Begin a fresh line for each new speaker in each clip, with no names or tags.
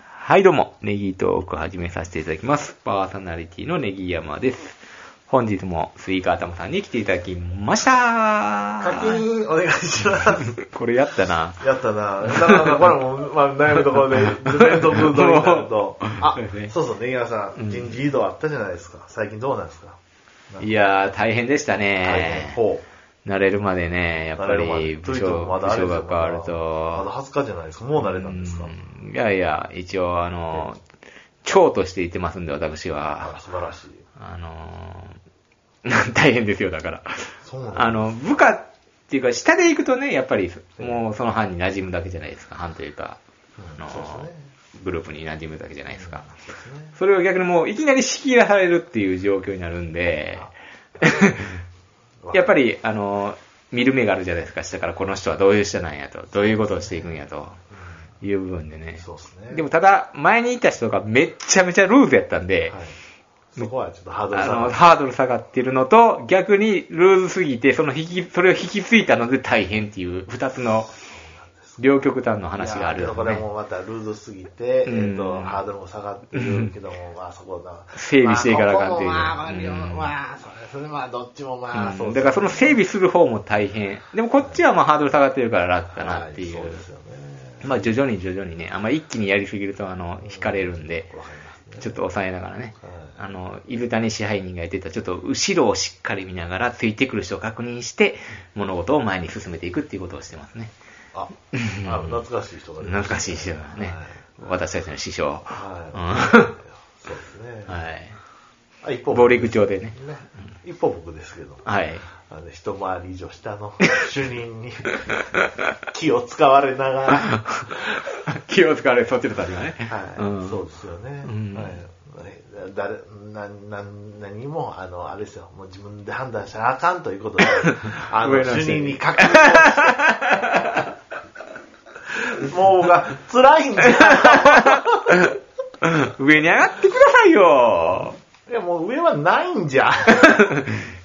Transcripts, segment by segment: はいどうも、ネギトーク始めさせていただきます。パーソナリティのネギ山です。本日もスイカ頭さんに来ていただきました
課金お願いします。
これやったな。
やったな。なかなかこれも、まあ、悩むところで、連続取りになると。あ
そうですね、
そうそう、ネギワさ
うん
ん、人事異動あったじゃないですか。最近どうなんですか
いやー、大変でしたね。
ほ
慣れるまでね、やっぱり部署部署が変わる
まだ
と。
20日じゃないですか。もう慣れたんですか。
うんいやいや、一応あの、長として言ってますんで、私
あ
は。
素晴らしい。
あのー、 大変ですよ、だから。
そうなんだ
あの、部下っていうか、下で行くとね、やっぱり、もうその班に馴染むだけじゃないですか。班というか、あ
う
の
んそうですね。
グループに馴染むだけじゃないですか。
そうですね
それを逆にもう、いきなり仕切らされるっていう状況になるんで、 やっぱり、あの、見る目があるじゃないですか。下からこの人はどういう人なんやと、どういうことをしていくんやという部分でね。
そうですね。
でもただ、前にいた人がめっちゃめちゃルーズやったんで、
はい、そこはちょっとハードル
あ
下が
の、
る
ハードル下がってるのと、逆にルーズすぎて、その引き、それを引き継いだので大変っていう、二つの、両極端の話がある
い
よ
や
ね
けどこれもまたルーズすぎて、
うん
えっと、ハードルも下がってるけども、まあそこだ。
整備していかなあかんっていうね
まあ、ここもまあ、
うん
まあ、そうですね。まあ、どっちもま
う
あ、そ
ん
う
だからその整備する方も大変。でもこっちはまあハードル下がってるから楽
か
だなっていう
そう。ですよね。
まあ徐々に徐々にね、あんま一気にやりすぎるとあの、引かれるんで、
わかりますね。
ちょっと抑えながらね
はい。
あの、伊豆谷支配人がやってた、ちょっと後ろをしっかり見ながら、ついてくる人を確認して、物事を前に進めていくっていうことをしてますね。
あ、あ懐かしい人が出てき
懐
た
かしい人がね
はい、
私たちの師匠。
はい。そうですね。
うん はい。
あ一方僕
暴力町でね。
ね。一方僕ですけども。
はい。
あの、一回り以上下の主任に気を使われながら、
気を使われ、そっちの立場ね。
はい、
うん
そうですよね。
うん
はいはい誰なな何も、あの、あれですよ、もう自分で判断しなあかんという ことで、あの、
上の人
主
に
任に確認をして、 もう僕は辛 いんじゃ。
上に上がってくださいよ。
いや、もう上はないんじゃ。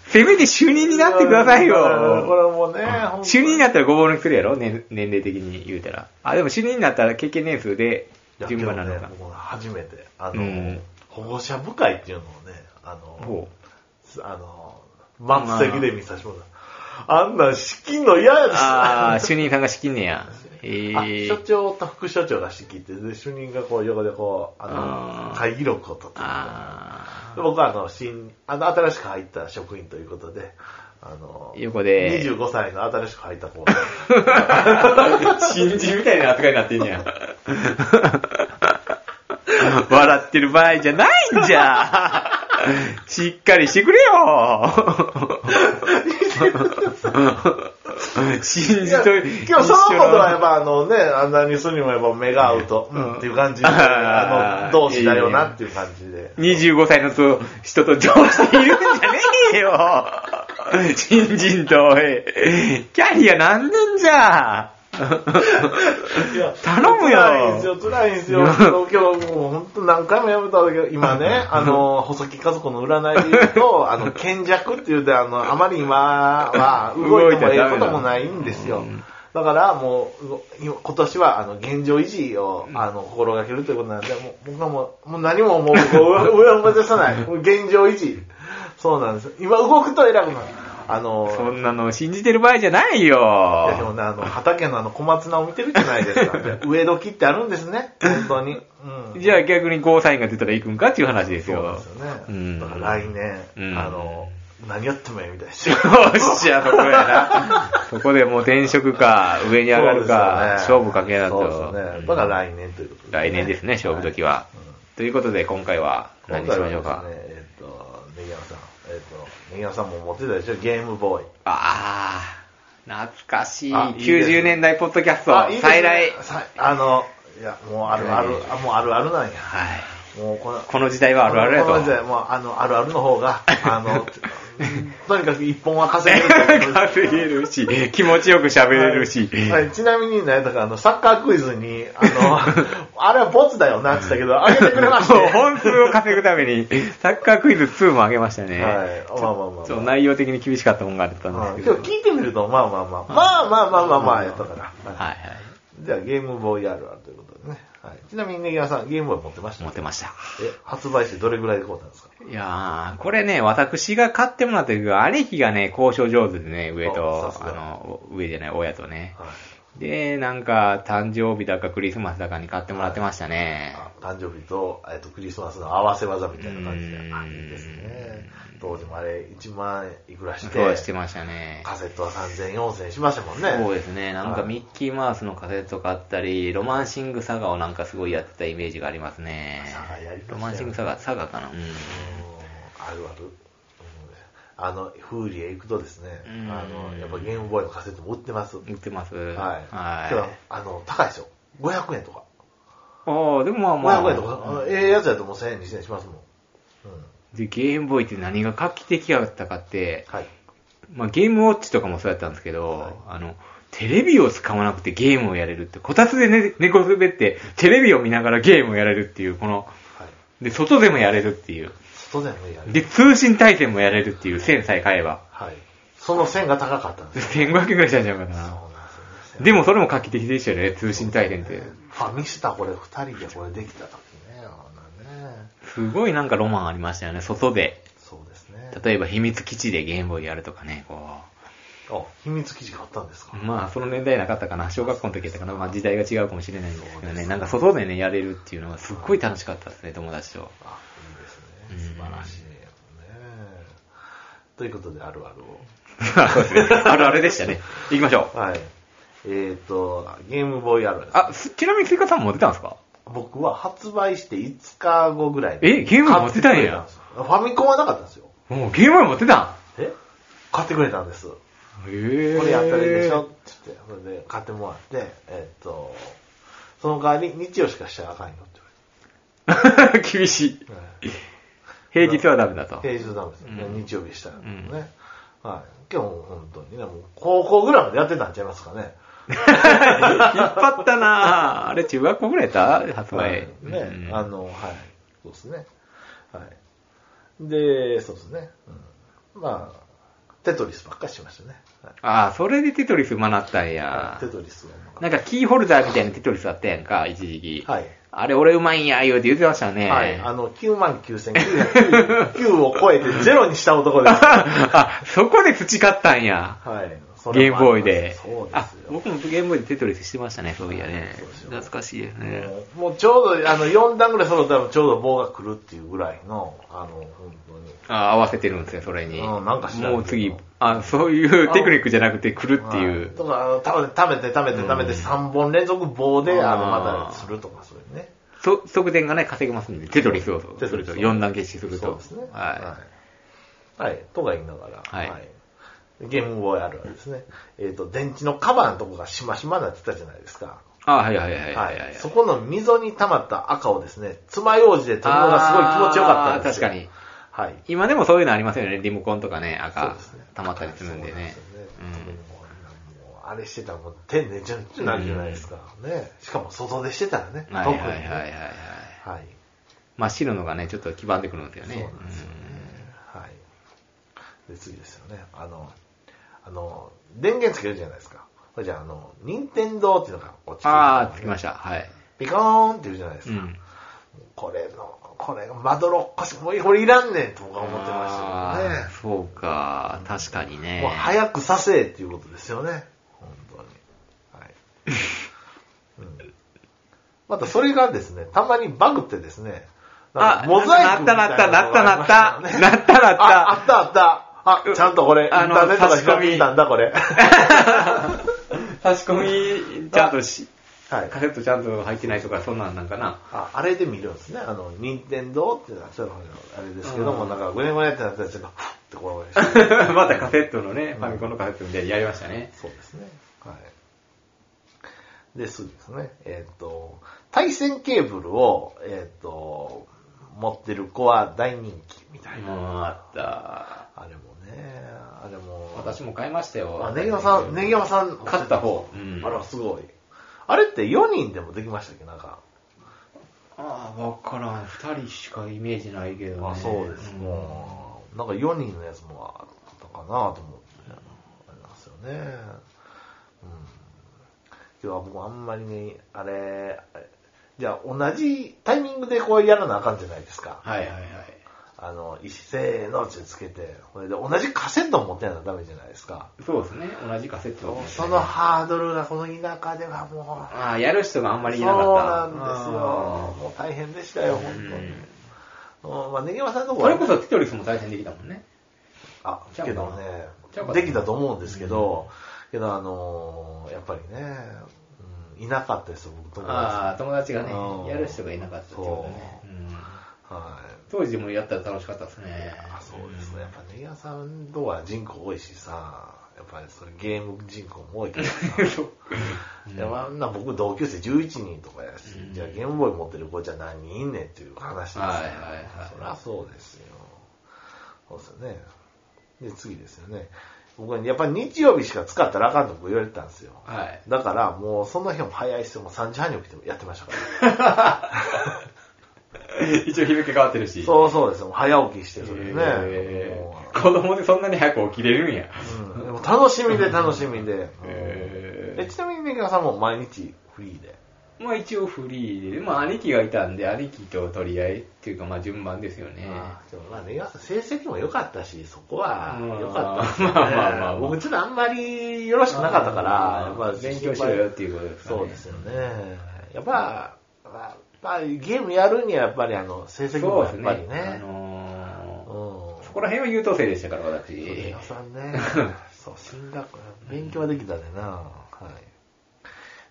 せめて主任になってください
こ
よ。
れもうね、ほんと
主任になったらごぼう抜きするやろ、年年齢的に言うたら。あ、でも主任になったら経験年数で
いや
順番なの
け
か。
どね僕初めて、あの、
うん
保護者部会っていうのをね、あの
ほ、
あの、末席で見させてもらった。あんなん仕切んの嫌や
う。ああ、
な。
主任さんが仕切んねや。ええ
あ所長と副所長が仕切って、で、主任がこう横でこう、あ
あー
の、会議録を取って。
あ
で僕はあの、新、あの、新しく入った職員ということで、あの、
横で
25歳の新しく入った子。
あ。新人みたいな扱いになってんねや。笑ってる場合じゃないんじゃ。しっかりしてくれよ。信
い
じ
や
と、
今日そのことはやっぱあのね、あんなにするにもやっぱ目が合うと、
う
うんんっていう感じで、
あー
あの、同志だよなっていう感じで。
25歳のと人と上司いるんじゃねえよ新人と、おいキャリア何年じゃ
いや
頼む
辛いんですよ、
よ
辛いんですよ。今日もう本当何回もやめたんだけど、今ね、 あの、細木和子の占いで言う と、あの、賢弱って言うて、あの、あまり今は動いてもええこともないんですよ。だからもう、今今年はあの現状維持をあの心がけるということなんで、もう僕はもうもう何ももうこう上を目指さない。もう現状維持。そうなんです。今動くと偉くなる。あの、
そんなの信じてる場合じゃない
いやでも
よ
ね、あの、畑のあの小松菜を見てるじゃな いですか。植え時ってあるんですね、本当に。うん。
じゃあ逆にゴーサインが出たら行くんかっていう話です
そうなん
よ
です。よね。
うん
だから来年、
うん
あの、何やってもええみたいです
よっしゃ、そこやな。そこでもう転職か、上に上がるか、勝負かけな
そ
と。
うですね。だから来年ということ
来年ですね、勝負時
は。
は。ということで、今回は何にしましょう
今
か
回は。ですねえっと、ネギ山さん。えっと、ネギ山さんも持ってたでしょ、ゲームボーイ。
ああ、懐かしい。
あいいですね
90年代ポッドキャスト、
いいですね
再来。
さあの、いや、もうあるある
はい、
あもうあるあるなんや。
はい。
もうこの、
この時代はあるあるや
この時代
と。
もうあの、あるあるの方が、 あの、とにかく一本は稼げるという ことで。
稼げるし、気持ちよく喋れるし。
はい、ちなみに、ね、だからあの、サッカークイズに、あ の、あれはボツだよなって言ったけど、あげてくれました
もう本数を稼ぐために、サッカークイズ2もあげましたね。
はい、まあまあまあ
そう
ま
内容的に厳しかったもんがあったん
あ。
で
は
すけ
いけ
ど。
ど聞いてみると、まあまあまあ、まあまあまあまあまあ、やったから。
はいはい。
ではゲームボーイあるあるということでね。はい、ちなみにねぎらさん、ゲームボーイ持ってました
持ってました。
え、発売してどれぐらいで買うたんですか
いやー、これね、私が買ってもらった時は、兄貴がね、交渉上手でね、上
あ
と
さ、す
あ
が
の、上じゃない、親とね。
はい。
で、なんか、誕生日だかクリスマスだかに買ってもらってましたね。
あ誕生日と、えっと、クリスマスの合わせ技みたいな感じで
う。ーん
あ、いいですね。当時もあれ、1万いくらして、
そうしてましたね。
カセットは3000、4000しましたもんね。
そうですね。なんか
はい
ミッキーマウスのカセット買ったり、ロマンシングサガをなんかすごいやってたイメージがありますね。
サガやりましたよね
ロマンシングサガ、サガかな。うん。
あるある。うんあの、フーリエ行くとですね、
うん
あの、やっぱゲームボーイのカセットも売ってます。はい。
売ってます。
けど
は
あの、高いですよ。500円とか。
い。ああ、でもまあまあ。
500円とか、あのええやつやともう1000円、2000円しますもん。うん。
で、ゲームボーイって何が画期的だったかって、
はい。
まあ、ゲームウォッチとかもそうやったんですけど、あの、テレビを使わなくてゲームをやれるって、こたつで寝寝こすべって、テレビを見ながらゲームをやれるっていう、この、
はい。
で、外でもやれるっていう、
外でもやる。
で、通信対戦もやれるっていう、線さえ買えば。
はい。その線が高かったんですよ。
1500円くらいしたんじゃないか
そう
な。
なんですよね。
でもそれも画期的でしたよね、通信対戦って。
ファミスタこれ2人でこれできた時ね、あんなね。
すごいなんかロマンありましたよね、外で。
そうですね。
例えば秘密基地でゲームボーイやるとかね、こ
あ、秘密記事買ったんですか
う。まあ、その年代なかったかな、小学校の時やったかな、まあ時代が違うかもしれないんですけどね、なんか外でね、やれるっていうのはすっごい楽しかったですね、友達 と。
あ、いいですね。素晴らしいね。ということで、あるあるを。
あるあれでしたね。行きましょう。
はい。えっ、と、ゲームボーイあるあるです。
あ、すちなみにスイカさんも出たんですか
僕は発売して5日後ぐらい
えゲームボーイ持ってたんや
買ってくれたんですよファミコンはなかったんですよ。
もうゲームボーイ持ってた
え買ってくれたんです。こ
んへ
れやったらいいでしょって言って、それで買ってもらって、えっ、と、その代わり日曜しかしちゃあかんよって
ょ 厳しい。
言われて。
平日はダメだと。
平日ダメです、
うん
日曜日したらね、
うん
はい今日もう本当にねもう高校ぐらいまでやってたんちゃいますかね
引っ張ったなぁ。あれ、中学校ぐらいやった発売。
ね、
うん
あのはいそうですねはいでそうですね、うん、まあテトリスばっかりしましたね、はい
ああ、それでテトリス学ったんや
テ。トリスはなんか
なんかキーホルダーみたいなテトリスあったやんか、一時期。
はい
あれ、俺うまいんや、言うて言ってましたね。
はい、あの、99,999を超えてゼロにした男です。 は
あ、そこで培ったんや。
い。それ
ゲー
も
ムボ
あります
ーイで。
そうで
あ
す、よ。
僕もゲームボーイでテトリスしてましたね、そういやね
そうです。よ
懐かしいですね。
もうちょうど、あの、4段ぐらい揃ったらちょうど棒が来るっていうぐらいの、あの、本当に。
あ合わせてるんですよ、それに。
うんなんか知らんけど
もう次、あ、そういうテクニックじゃなくて来るってい
は
う。
とか、あのためて、ためて、ためて、3本連続棒で、あの、またするとか、そういうね。
そ得点がね、稼げますんで、テトリスを、
テ
す
ト
る
リス
と、4段決死すると。
そうですね。
は
はい。はい。とか言いながら、
はい
ゲームボーイあるあるですね。えっ、と、電池のカバーのとこがしましまになってたじゃないですか。
い。あ、はいはいはい
は
はいいはい。
そこの溝に溜まった赤をですね、爪楊枝で取るのがすごい気持ちよかったんですよ。
あー確かに。
はい。
今でもそういうのありますよね、リモコンとかね、
そう
赤
ですね、
溜まったりするんでね。
そうなんですよねもうあれしてたらもう手寝ちゃってなるじゃないですか。ね。しかも外でしてたらね。
うんはいはいはい
特
は
に
いはい
ね。。はい。
真っ白のがね、ちょっと黄ばんでくるんですよ
そう
ね
な。んですよね。はい。で、次ですよね。あの、あの、電源つけるじゃないですか。これじゃあ、あの、任天堂っていうのが落ちて
うん
る
ああ、つきました。はい。
ピコーンって言うじゃないです
う
か。
ん。
これの、これがまどろっこしい、もうこれいらんねんと僕は思ってましたけど
あ
ね
ー。そうか、確かにね。
もう早くさせえっていうことですよね。本当に。はい。うん、またそれがですね、たまにバグってですね、なん
あ
か、モザイクみたい
なったなった
のが
なっ
ありました
な
たね
ったなったなった
あ、あったあった。あ、ちゃんとこれ、インタ
あの
ーネットが
差し込み
光ってたんだ、これ。
差し込み、ちゃんとし、
はい
カ。セットちゃんと入ってないとか、そんなんなんか な。
ああれで見るんですね。あの、任天堂ってなったのあれですけども、
うん
なんか、ぐねぐねってなったら、ちょっと、ふってこう、
またカセットのね、ファミコンのカセットでやりましたね。
そうですね。はい。で、そうですね。えっ、と、対戦ケーブルを、えっ、と、持ってる子は大人気みたいな。
もうあった。
あれもね、あれも。
私も買いましたよ。
あ、ネギマさん、ネギマさん。
勝った方うん
あら、すごい。あれって4人でもできましたっけなんか。
ああ、わからん。二人しかイメージないけどね。
あ、そうです。もう、なんか4人のやつもあったかなと思って、ありますよね。うん。けど、僕あんまりね、あれ、じゃあ同じタイミングでこうやらなあかんじゃないですか。
はいはいはい。
あの、一斉のってつけて、これで同じカセットを持ってないとダメじゃないですか。
そうですね。同じカセットを持ってない
そのハードルがこの田舎ではもう、
ああ、やる人があんまりい
そう
なかった。
なんですよ。もう大変でしたよ、本当に。うんまあ、ネギマさんの
あ
と
ー
こ
そ
は
れこそテトリスも対戦できたもんね。
あ、
ちゃう
け
かな
ど
ちゃうかな
ね、できたと思うんですけど、けどあのーやっぱりね、うんいなかったですよ、僕、友達。
ああ、友達がね
あー、
やる人がいなかったっていうことね。うん
はい。
当時もやったら楽しかったですね。
あそうですね。やっぱネギ屋さんとは人口多いしさ、やっぱりそれゲーム人口も多いけど さ。いやまあな僕同級生11人とかやし、じゃあゲームボーイ持ってる子じゃ何人いんねんっていう話ですよ、
はいはいはい
そりゃそうですよ。そうですよね。で、次ですよね。僕はやっぱり日曜日しか使ったらあかんと僕言われてたんですよ。
はい。
だからもうその日も早い人も3時半に起きてやって ましたから。
一応日付変わってるし。う
そうそうですよ。もう早起きして
で
る
す
んでね。
ね
もう。
子供でそんなに早く起きれるんや。
うんでも楽しみで楽しみで。
へ
えちなみに、メガさんも毎日フリーで。
まあ一応フリーで、まあ兄貴がいたんで、兄貴と取り合いっていうかまあ順番ですよね。
でもまあ、メガさん成績も良かったし、そこは
うん
良かったですよね。
まあまあまあ
僕ちょっとあんまりよろしくなかったから、やっぱ
勉強しろよっていうことですかね。
そうですよね。やっぱ、まあまあゲームやるにはやっぱりあの、成績も
そう
や
で
っ
す
ぱ
ね。
り
あ
ね。
の
うん
ー、そこら辺は優等生でしたから、
そう
私
皆。さんね、 そう、進学、勉強はできたでな、は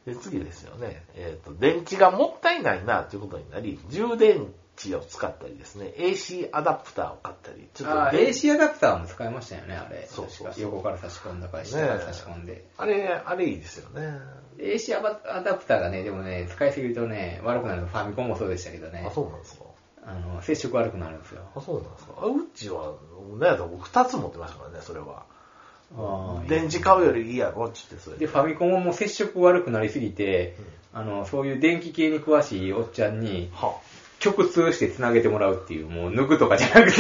い。で、次ですよね。えっ、と、電池がもったいないな、ということになり、充電池を使ったりですね、AC アダプターを買ったり、ちょっ
あ
と
ー
電池、
AC アダプターも使いましたよね、あれ。
そうそうそう
確か横から差し込んだから、下から差し込んで。
あれ、あれいいですよね。
AC アバアダプターがね、でもね、使いすぎるとね、悪くなるのファミコンもそうでしたけどね
あ、、そうなんですか。
あの接触悪くなるんですよ。
あ、そうなんですか。あうちは、なんやったら僕2つ持ってましたからね、それは。
あー
電池買うよりいいやろ、っつってそれ
で、ファミコンはもう接触悪くなりすぎて、あの、そういう電気系に詳しいおっちゃんに、
は
直通して繋げてもらうっていう、もう抜くとかじゃなく て、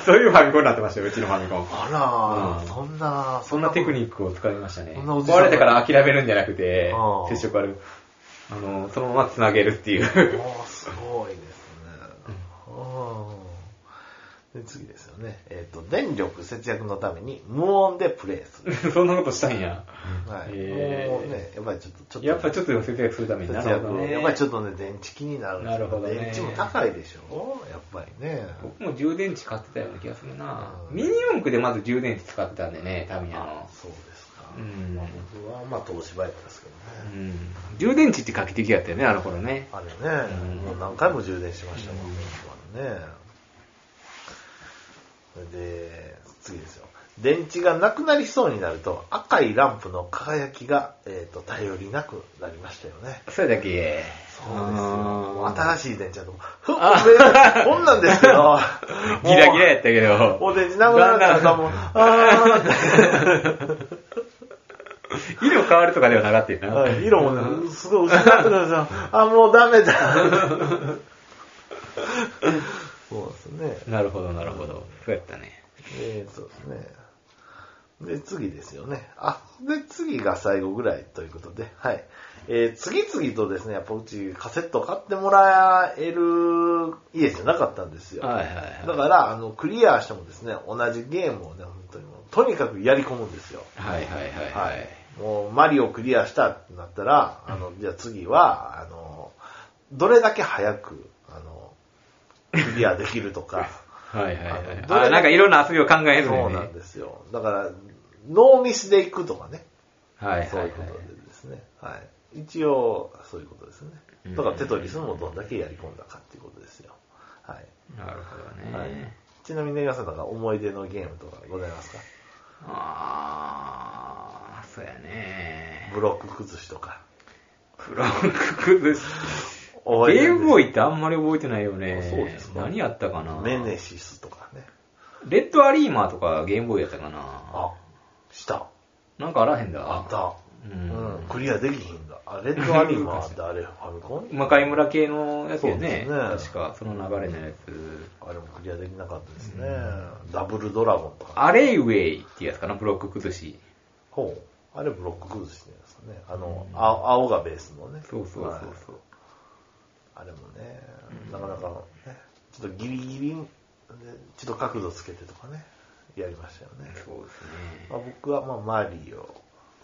そういうファミコンになってましたよ、うちのファミコン。
あら、
うん
そんな、
そんなテクニックを使いましたね。
そんなおじさんが
壊れたから諦めるんじゃなくて
あ、ー
接触悪く、あの、そのまま繋げるっていう。
おーすごいですね。うん、で次ですよね。えっ、と、電力節約のために無音でプレイする。
そんなことしたんや。
はい。
へー
もうね、やっぱりちょっと、ちょっと、
やっぱちょっと節約するために
節
な
約
るほどね。
やっぱりちょっとね、電池気になるんです
な
よ
るほどね
電池も高いでしょやっぱりね。
僕も充電池買ってたような気がするな。
うん
ミニ四駆でまず充電池使ってたんでね、タミヤ
あ
の。
そうですか。
うん
僕は、まあ、東芝やったんですけど
う
ね。
ん。充電池って画期的だったよね、あの頃ね。
あれね、
うん
もう何回も充電しましたもん、ね。それで、次ですよ。電池がなくなりそうになると、赤いランプの輝きが、えっ、と、頼りなくなりましたよね。
それだけ。
そうですよ。もう新しい電池だと、ふっ、
あ、
こんなんですけど
ギラギラ
も
やったけ
う
ど。
お電池なくなった らもう、あ
色変わるとかではなかったよ
ー
な。
はい色もね、すごい薄くなってくるんですよ。あ、もうダ メだ。そうですね。
なるほど、なるほど。そうやったね。
えー、そうですね。で、次ですよね。あ、で、次が最後ぐらいということで、はい。えー、次々とですね、やっぱうちカセット買ってもらえる家じゃなかったんですよ。
はいはいはい。
だから、あの、クリアしてもですね、同じゲームをね、本当にもう、とにかくやり込むんですよ。
はいはいはいはい。
もう、マリオクリアしたってなったら、あの、じゃあ次は、あの、どれだけ早く、あの、クリアできると か。
はいはいはい。
あのどれだけ
あ、なんかいろんな遊びを考える
そ
の
う
ね。
なんですよ。だから、ノーミスで行くとかね。
はいはい
そう。
はいいう
ことでですね。はい。一応、そういうことですね
う。ん
だから、テトリスもどんだけやり込んだかっていうことですよ。はい。
なるほどね。
はい、ちなみに、皆さんなんか思い出のゲームとかございますか
ああ、そうやね。
ブロック崩しとか。
ブロック崩し。
覚えて
ゲー
るんです
ムボーイってあんまり覚えてないよね。
あそうですか
何やったかな
メネシスとかね。
レッドアリーマーとかゲームボーイやったかな
あ、した。
なんかあらへんだ。
あった。
う。
うんん。クリアできひんだ。あ、レッドアリーマーってあれ、ファミコン
魔界村系のやつよ
そうで
ね。
すね
確か、その流れのやつ。
あれもクリアできなかったですね。ダブルドラゴンとか。
アレイウェイってやつかな、ブロック崩し。
ほう。あれブロック崩しじゃないですかね。あの、青青がベースのね。
そうそう
はい
そうそう。
あれもね、なかなか、ね、ちょっとギリギリで、ちょっと角度つけてとかね、やりましたよね。
そうです
ま
ね。
あ、僕はまあマリオ、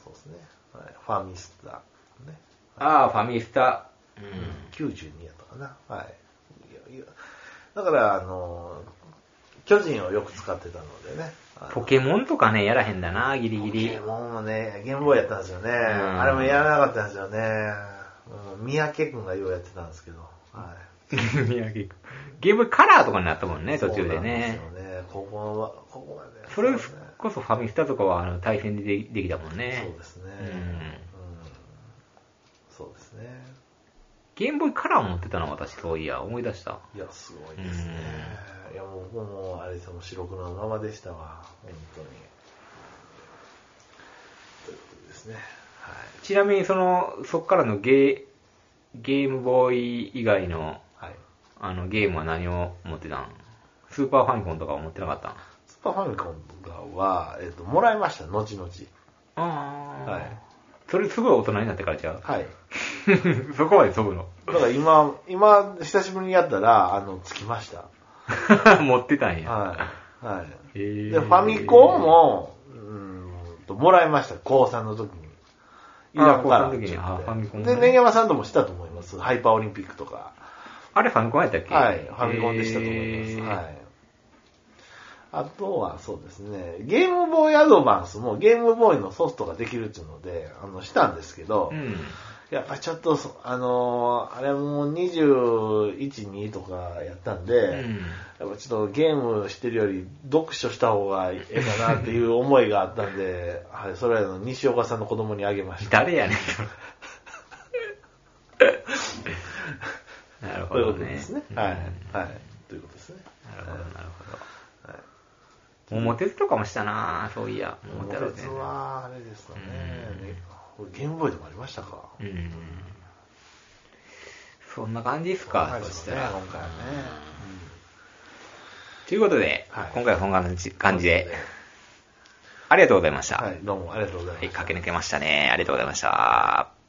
そうですね、はい、ファミスタ、ね、
ああ、ファミスタ。うん。
92やったかな。はい。いやいやだから、あの、巨人をよく使ってたのでね。あの
ポケモンとかね、やらへんだな、ギリギ
ポケ
リ。
モンもね、ゲームボーイやったんですよね。
ん
あれもやらなかったんですよね。もう三宅君がようやってたんですけど。はい。
宮城君ゲームカラーとかになったもんね、途中
そ
で
うなんす
ね
よ。ね。ここは、ここまで、
それ
そうですね
こそファミスタとかはあの対戦ででできたもんね。
そうですね。
う
うん
ん。
そうですね。
ゲームボーイカラー持ってたの、私、そういや、思い出した。
いや、すごいですね。いや、もう、もう、あれですよもう白黒のままでしたわ。本当に。ということですね。は
ちなみに、その、そっからのゲー、ゲームボーイ以外の、
い。はい。
あの、ゲームは何を持ってたんスーパーファミコンとかは持ってなかったん
スーパーファミコンがは、えっ、と、もらいました、後々。
ああ。
はい。
それすごい大人になってからちゃう。
はい。
そこまで飛ぶの。
だから今、今、久しぶりにやったら、あの、つきました。
持ってたんや。
はい。はい。
へ
で、
ー
ファミコンも、うーんと、もらいました、高3の時に。
あ
田舎から
高三の時にあファミコンね
で、根山さんともしたと思います。ハイパーオリンピックとか。
あれファミコンやったっけ
はい、ファミコンでしたと思います。
へー
はい。あとはそうですね、ゲームボーイアドバンスもゲームボーイのソフトができるっていうので、あの、したんですけど、
うん。
やっぱちょっとそ、あのーあれも21、2とかやったんで、
うん
やっぱちょっとゲームしてるより読書した方がええかなっていう思いがあったんで、 はい、それはあの西岡さんの子供にあげました。
誰やねん、それ なる
と
ほ
いうこ
ど
とで
ね。
すね。
うん
はい
なる。
はい。ということですね。
ほど、なるほど。
はい
桃鉄とかもしたなぁ、そういや。
モ
桃
テ
鉄
ツはあれですかね。ゲームボーイでもありましたか
うん。そんな感じですか、
そう
そ
です
し
ね
たら。
今回はね。
ということで、
はい
今回はこんな感じで、ありがとうございました。
はい、どうもありがとうございま
は
し
い、
た。
駆け抜けましたね。ありがとうございました。